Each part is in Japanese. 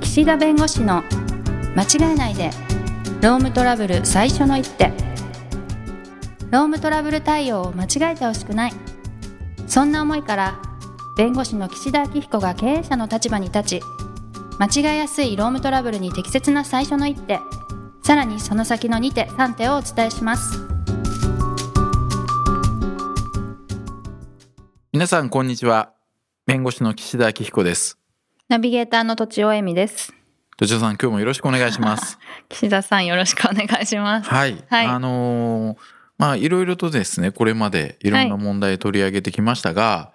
岸田弁護士の間違えないでロームトラブル最初の一手ロームトラブル対応を間違えてほしくないそんな思いから弁護士の岸田明彦が経営者の立場に立ち間違えやすいロームトラブルに適切な最初の一手さらにその先の2手3手をお伝えします皆さんこんにちは弁護士の岸田明彦ですナビゲーターの土地尾恵美です土地さん今日もよろしくお願いします 岸田さんよろしくお願いしますはい、はいあのーまあいろいろとですねこれまでいろんな問題取り上げてきましたが、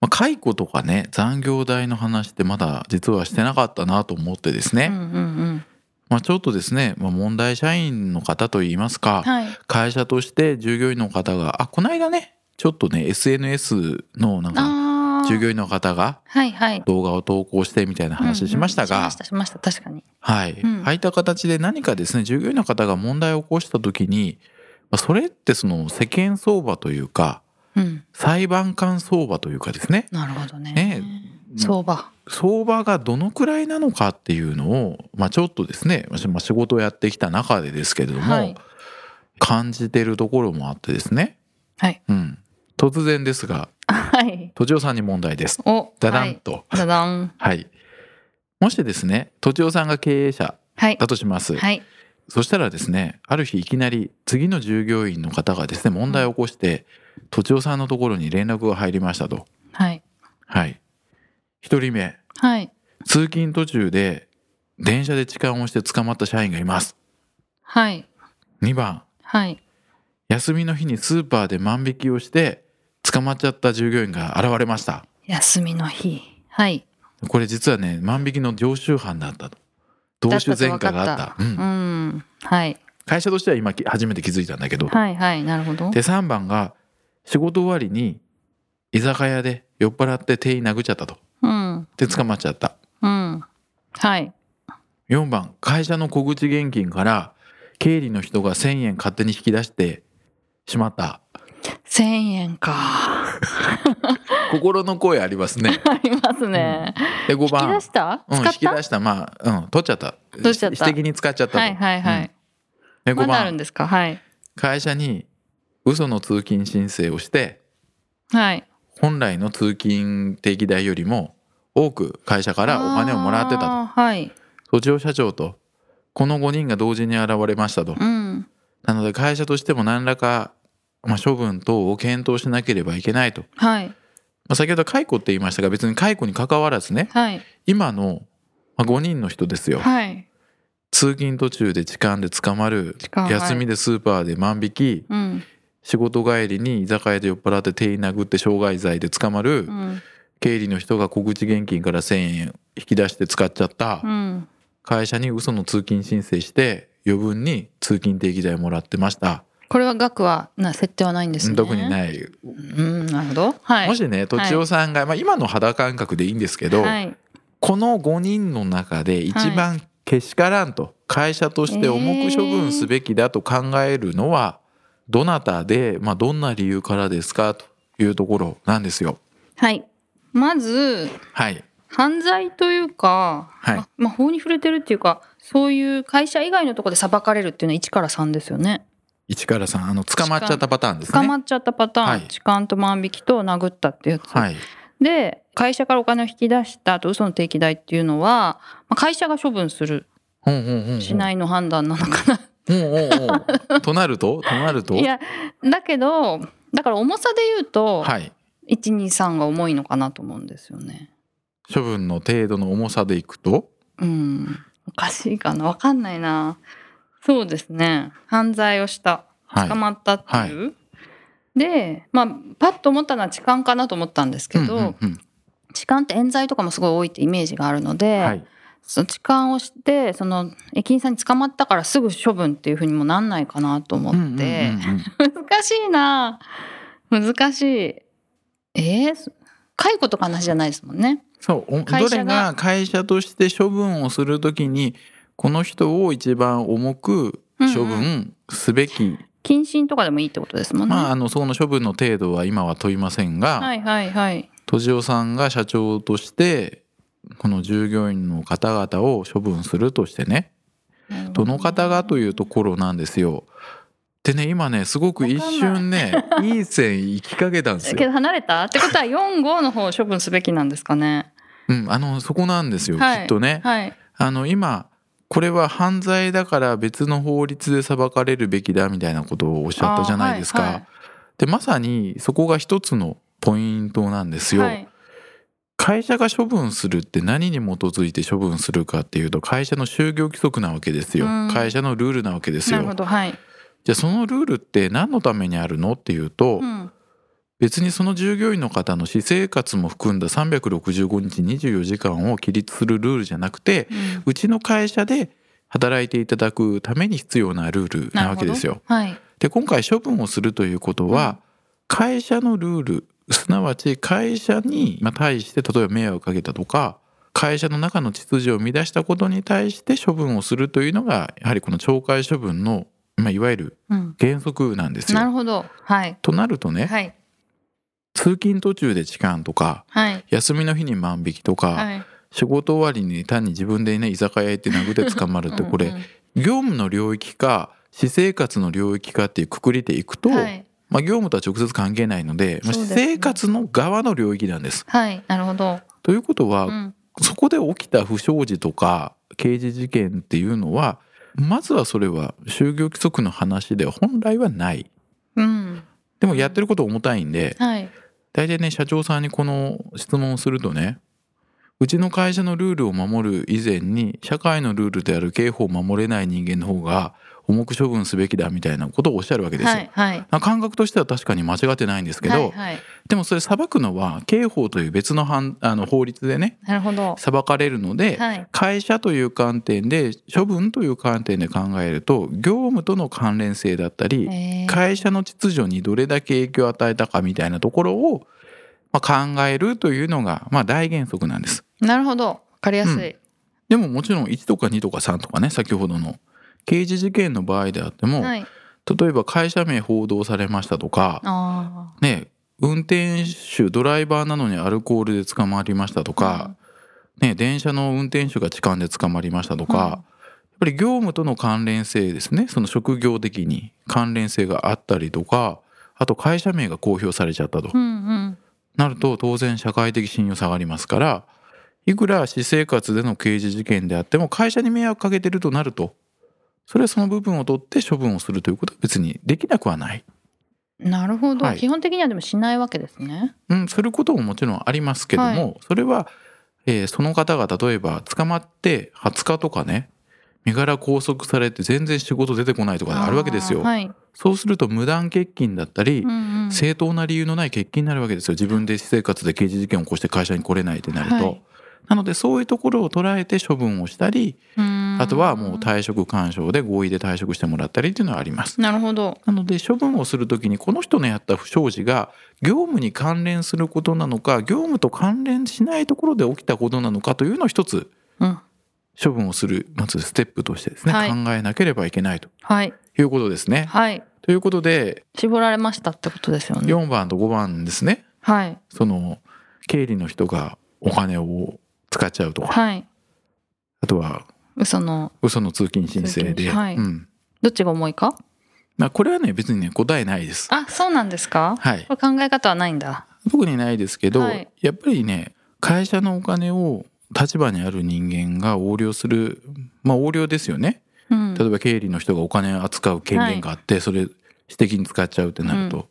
まあ、解雇とかね残業代の話ってまだ実はしてなかったなと思ってですね、うんうんうんまあ、ちょっとですね、まあ、問題社員の方といいますか、はい会社として従業員の方があこの間ねちょっとね SNS のなんかあー従業員の方がはいはい動画を投稿してみたいな話しましたが、うんうんしましたしました確かにはい、うんああいった形で何かですね従業員の方が問題を起こした時にまあそれってその世間相場というかうん裁判官相場というかですねなるほどねね相場相場がどのくらいなのかっていうのを、まあ、ちょっとですね、まあしまあ、仕事をやってきた中でですけれども、はい感じてるところもあってですね、はいうん、突然ですがはい都知さんに問題です。おダダはンいと、ダダンはいもしですね都知さんが経営者はいだとします、はいそしたらですね、ある日いきなり次の従業員の方がですね、問題を起こして、都知さんのところに連絡が入りましたと。はいはい。一人目、はい通勤途中で電車で痴漢をして捕まった社員がいます。はい2番、はい休みの日にスーパーで万引きをして捕まっちゃった従業員が現れました。休みの日はいこれ実はね、万引きの常習犯だったと。同種前科があった。う、うんんはい会社としては今き初めて気づいたんだけど、はいはいなるほどで3番が仕事終わりに居酒屋で酔っ払って店員殴っちゃったとうんで捕まっちゃったうんはい4番会社の小口現金から経理の人が1,000円勝手に引き出してしまった千円 か心の声あります ねありますねで5引き番出したうん、使引っきた出したまあうん取っちゃった取っちゃった私的に使っちゃったと、はいはいはうんいで5まだある番んですかはい会社に嘘の通勤申請をしてはい本来の通勤定期代よりも多く会社からお金をもらってたとあーはい土地社長とこの5人が同時に現れましたと。うんなので会社としても何らか、まあ、処分等を検討しなければいけないと。はいまあ、先ほど解雇って言いましたが別に解雇に関わらずねはい今のまあ5人の人ですよはい通勤途中で痴漢で捕まる痴漢はい休みでスーパーで万引きうん仕事帰りに居酒屋で酔っ払って店員殴って傷害罪で捕まるうん経理の人が小口現金から1,000円引き出して使っちゃったうん会社に嘘の通勤申請して余分に通勤定期代もらってました、これは額はな設定はないんですね特にない、うんなるほどはいもしねとちおさんが、まあ、今の肌感覚でいいんですけど、はいこの5人の中で一番けしからんと、会社として重く処分すべきだと考えるのはどなたで、まあ、どんな理由からですかというところなんですよ。はいまずはい、犯罪というか、はいあまあ、法に触れてるっていうかそういう会社以外のところで裁かれるっていうのは1から3ですよね市川さんあの捕まっちゃったパターンですね。捕まっちゃったパターン、はい痴漢と万引きと殴ったってやつ、はい、で会社からお金を引き出したと嘘の定期代っていうのは、まあ、会社が処分するうんうんうんうんしないの判断なのかな、うんうんうんとなるととなるといやだけどだから重さで言うと、はい、 123が重いのかなと思うんですよね処分の程度の重さでいくとうんおかしいかなわかんないなそうですね犯罪をしたはい捕まったっていう、でまあパッと思ったのは痴漢かなと思ったんですけど、うんうんうん痴漢って冤罪とかもすごい多いってイメージがあるので、はい、その痴漢をしてその駅員さんに捕まったからすぐ処分っていうふうにもなんないかなと思って、うんうんうんうん難しいな難しいえー、解雇とかの話じゃないですもんねそうお会ど社がれが会社として処分をするときにこの人を一番重く処うん分すべき、謹慎とかでもいいってことですもんね、まああのその処分の程度は今は問いませんが、はいはいはいとじおさんが社長としてこの従業員の方々を処分するとしてねどの方がというところなんですよ。でね今ねすごく一瞬ねいい線行きかけたんですよ。けど離れたってことは4号の方を処分すべきなんですかね。うん、あのそこなんですよ、はいきっとね。はい。あの今これは犯罪だから別の法律で裁かれるべきだみたいなことをおっしゃったじゃないですか。あーはいはいでまさにそこが一つのポイントなんですよ。はい。会社が処分するって何に基づいて処分するかっていうと会社の就業規則なわけですよ、うん会社のルールなわけですなよるほど。はい。じゃあそのルールって何のためにあるのっていうと、うん。別にその従業員の方の私生活も含んだ365日24時間を規律するルールじゃなくてうんうちの会社で働いていただくために必要なルールなわけですよ。はい。で今回処分をするということは、会社のルールすなわち会社にまあ対して例えば迷惑をかけたとか会社の中の秩序を乱したことに対して処分をするというのがやはりこの懲戒処分の、まあ、いわゆるうん。原則なんですなるよ。ほど。はい。となるとね、はい。通勤途中で痴漢とかはい。休みの日に万引きとか、はい。仕事終わりに単に自分でね居酒屋行って殴って捕まるってこれうんうん業務の領域か私生活の領域かっていうくくりでいくと、はい。まあ、業務とは直接関係ないので、まあ、そう私ですね生活の側の領域なんです。はい。なるほど。ということは、うん。そこで起きた不祥事とか刑事事件っていうのはまずはそれは就業規則の話では本来はない。うん。でもやってること重たいんではい。大体ね社長さんにこの質問をするとねうちの会社のルールを守る以前に社会のルールである刑法を守れない人間の方が重く処分すべきだみたいなことをおっしゃるわけですよ。はい。はい。まあ感覚としては確かに間違ってないんですけど、はい。はい。でもそれ裁くのは刑法という別の判あの法律でねなるほど。裁かれるので、はい。会社という観点で処分という観点で考えると業務との関連性だったり、えー会社の秩序にどれだけ影響を与えたかみたいなところを、まあ、考えるというのが、まあ、大原則なんです。なるほど。わかりやすい。でももちろん1とか2とか3とかね先ほどの刑事事件の場合であっても、はい。例えば会社名報道されましたとか、ああ。ね、運転手ドライバーなのにアルコールで捕まりましたとか、ね、電車の運転手が痴漢で捕まりましたとか、うんやっぱり業務との関連性ですねその職業的に関連性があったりとかあと会社名が公表されちゃったと、うんうん。なると当然社会的信用下がりますからいくら私生活での刑事事件であっても会社に迷惑かけてるとなるとそれはその部分を取って処分をするということは別にできなくはない。なるほど、はい基本的にはでもしないわけですね。うん、することももちろんありますけども、はそれは、えーその方が例えば捕まって20日とかね身柄拘束されて全然仕事出てこないとかあるわけですよ、あーはい。そうすると無断欠勤だったり、うんうん正当な理由のない欠勤になるわけですよ自分で私生活で刑事事件を起こして会社に来れないってなると、はいなのでそういうところを捉えて処分をしたりうんあとはもう退職勧奨で合意で退職してもらったりっていうのはありますなるほど。なので処分をするときにこの人のやった不祥事が業務に関連することなのか業務と関連しないところで起きたことなのかというのを一つうん、処分をするまずステップとしてですね、はい考えなければいけないとはいいうことですね。はいということで絞られましたってことですよね。 4番と5番ですねはいその経理の人がお金を使っちゃうとかはいあとは嘘の嘘の通勤申通請で、勤はいうんどっちが重いか？まあ、これはね別にね答えないです。あそうなんですか？はい、これ考え方はないんだ。特にないですけど、はいやっぱりね会社のお金を立場にある人間が横領するまあ横領ですよねうん例えば経理の人がお金を扱う権限があって、それ私的に使っちゃうってなると、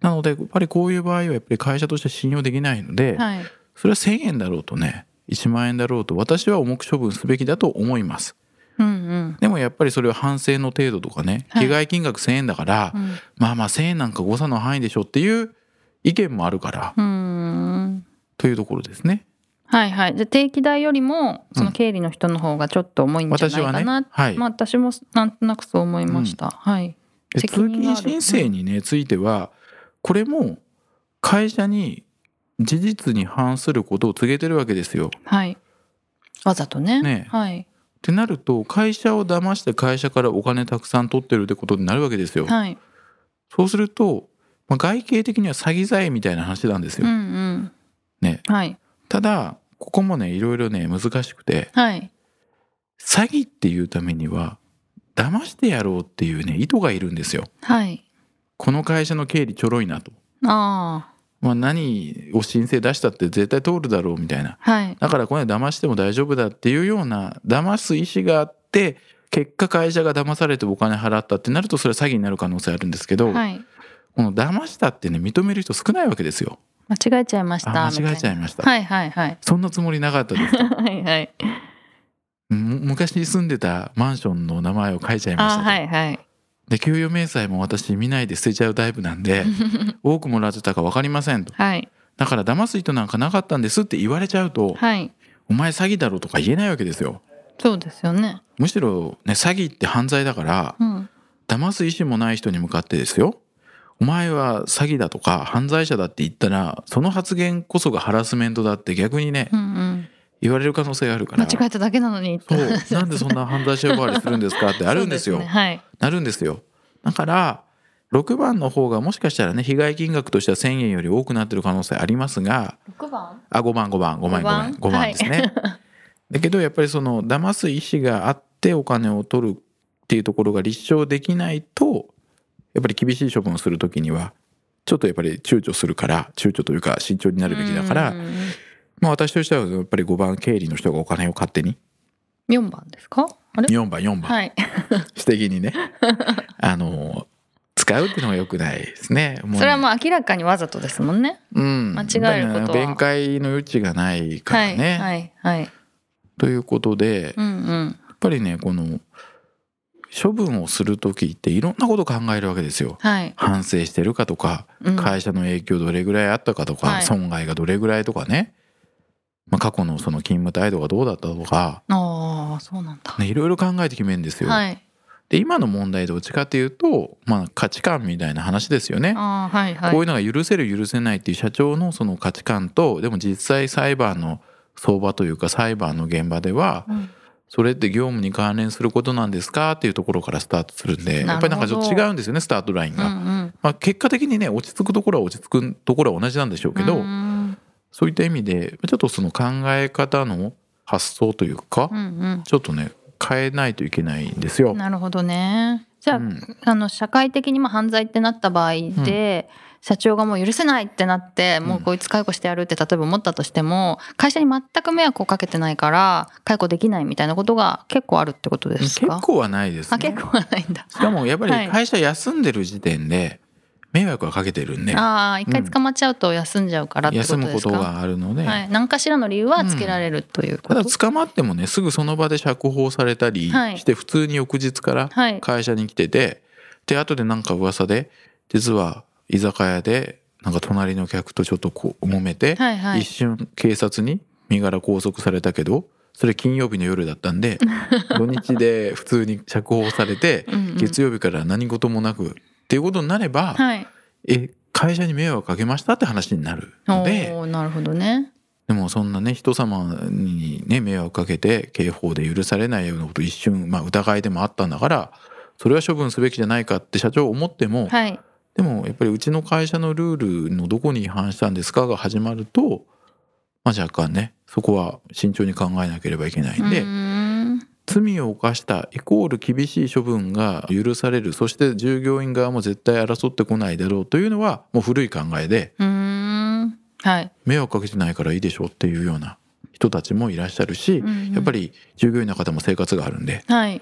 なのでやっぱりこういう場合はやっぱり会社として信用できないので、はいそれは1,000円だろうとね1万円だろうと私は重く処分すべきだと思いますうんうんでもやっぱりそれは反省の程度とかねはい被害金額1,000円だから、うんまあまあ1,000円なんか誤差の範囲でしょっていう意見もあるから、うーんというところですね。はいはいじゃあ定期代よりもそうんの経理の人の方がちょっと重いんじゃない私はかね、な。はいまあ私もなんとなくそう思いました。はいで通責任が勤ある申請に、ね、ついてはこれも会社に事実に反することを告げてるわけですよ。はいわざとね。ねはいってなると会社を騙して会社からお金たくさん取ってるってことになるわけですよ。はいそうすると、まあ外形的には詐欺罪みたいな話なんですうんよ。うんね、はいただここもねいろいろね難しくてはい。詐欺っていうためには騙してやろうっていうね意図がいるんですよ。はい。この会社の経理ちょろいなと。あまあ、何を申請出したって絶対通るだろうみたいな。あ。はい。だからこれ騙しても大丈夫だっていうような騙す意思があって結果会社が騙されてお金払ったってなるとそれは詐欺になる可能性あるんですけど、はい。この騙したってね認める人少ないわけですよ。間違えちゃいました。あ間違えちゃいゃいました。はいはいはい。そんなつもりなかったです。 はいはい。む昔住んでたマンションの名前を書いちゃいましあたと。はいはい。で給与明細も私見ないで捨てちゃうタイプな んで多くもらってたか分かりませんと。はいだから騙す人なんかなかったんですって言われちゃうとはい。お前詐欺だろとか言えないわけですよ。そうですよね。むしろね詐欺って犯罪だからうん。騙す意思もない人に向かってですよお前は詐欺だとか犯罪者だって言ったらその発言こそがハラスメントだって逆にねうんうん。言われる可能性があるから間違えただけなのに。そうなんでそんな犯罪者呼ばわりするんですかってあるんですよそうねはい。なるんですよだから6番の方がもしかしたらね被害金額としては1,000円より多くなってる可能性ありますが六番。あ5番5番5 5番5番番5番ですね。 だけどやっぱりその騙す意思があってお金を取るっていうところが立証できないとやっぱり厳しい処分をする時にはちょっとやっぱり躊躇するから躊躇というか慎重になるべきだから、うん。まあ、私としてはやっぱり5番経理の人がお金を勝手に四番ですか。あれ。 4番4番はい。私的に ねあの使うっていうのは良くないですね。もうそれはまあ明らかにわざとですもんね。うん、間違えることはだから弁解の余地がないからね。はいはいはい。ということで、うんうん。やっぱりねこの処分をする時っていろんなこと考えるわけですよ。はい。反省してるかとかうん会社の影響どれぐらいあったかとか、はい損害がどれぐらいとかね、まあ、過去のその勤務態度がどうだったとか、ああそうなんだ。ね、いろいろ考えて決めるんですよ。はい。で今の問題どっちかっていうと、まあ、価値観みたいな話ですよね。ああはいはい。こういうのが許せる許せないっていう社長のその価値観とでも実際裁判の相場というか裁判の現場ではうんそれって業務に関連することなんですかっていうところからスタートするんなるほでどやっぱりなんかちょっと違うんですよねスタートラインうんが。うん。まあ、結果的にね落ち着くところは落ち着くところは同じなんでしょうけど、うんそういった意味でちょっとその考え方の発想というか、うんちょっとね変えないといけないんですうよん。。なるほどね。じゃあ、うんあの社会的にまあ犯罪ってなった場合で、社長がもう許せないってなってもうこいつ解雇してやるって例えば思ったとしても会社に全く迷惑をかけてないから解雇できないみたいなことが結構あるってことです結か構はないですあね。結構はないんだ。しかもやっぱりはい会社休んでる時点で迷惑はかけてるんで、ああ一回捕まっちゃうと休んじゃうからってこと休ですかむことがあるので、はい、何かしらの理由はつけられるというこたと、だ捕まってもねすぐその場で釈放されたりはいして普通に翌日からはい会社に来てて、で後でなんか噂で実は居酒屋でなんか隣の客とちょっとこう揉めて、はいはい一瞬警察に身柄拘束されたけどそれ金曜日の夜だった んで土日で普通に釈放されてうんうん月曜日から何事もなくっていうことになれば、はいえ会社に迷惑かけましたって話になるので。おーなるほどねでもそんなね人様にね迷惑かけて刑法で許されないようなこと一瞬、まあ、疑いでもあったんだからそれは処分すべきじゃないかって社長思っても、はいでもやっぱりうちの会社のルールのどこに違反したんですかが始まると、まあ、若干ねそこは慎重に考えなければいけないんで、うーん罪を犯したイコール厳しい処分が許されるそして従業員側も絶対争ってこないだろうというのはもう古い考えでうーんはい迷惑かけてないからいいでしょうっていうような人たちもいらっしゃるし、うんうんやっぱり従業員の方も生活があるんで。はい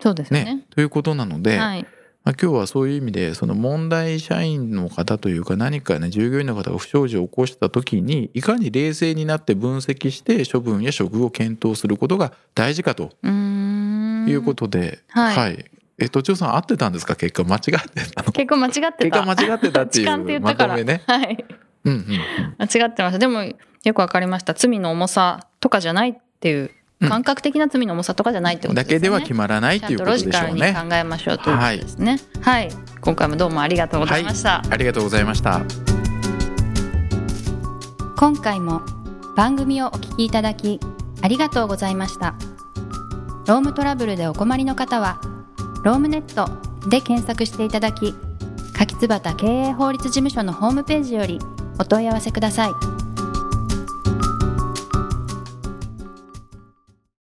そうですねねということなので、はいまあ、今日はそういう意味でその問題社員の方というか何かね従業員の方が不祥事を起こした時にいかに冷静になって分析して処分や処遇を検討することが大事かとうーんいうことで、はいえとちおさん合ってたんですか結果間違ってたの結構間違ってた結果間違ってたってい痴漢って言うったまかとら、めね。はいうんうん間違ってましたでもよくわかりました罪の重さとかじゃないっていううん感覚的な罪の重さとかじゃないってうこん、とだですよねけでは決まらなちいとゃいんうとこロとジでカしルょうに考ね。えましょうということですねはい、今回もどうもありがとうございました、ありがとうございました。今回も番組をお聞きいただきありがとうございましたロームトラブルでお困りの方はロームネットで検索していただき柿椿経営法律事務所のホームページよりお問い合わせください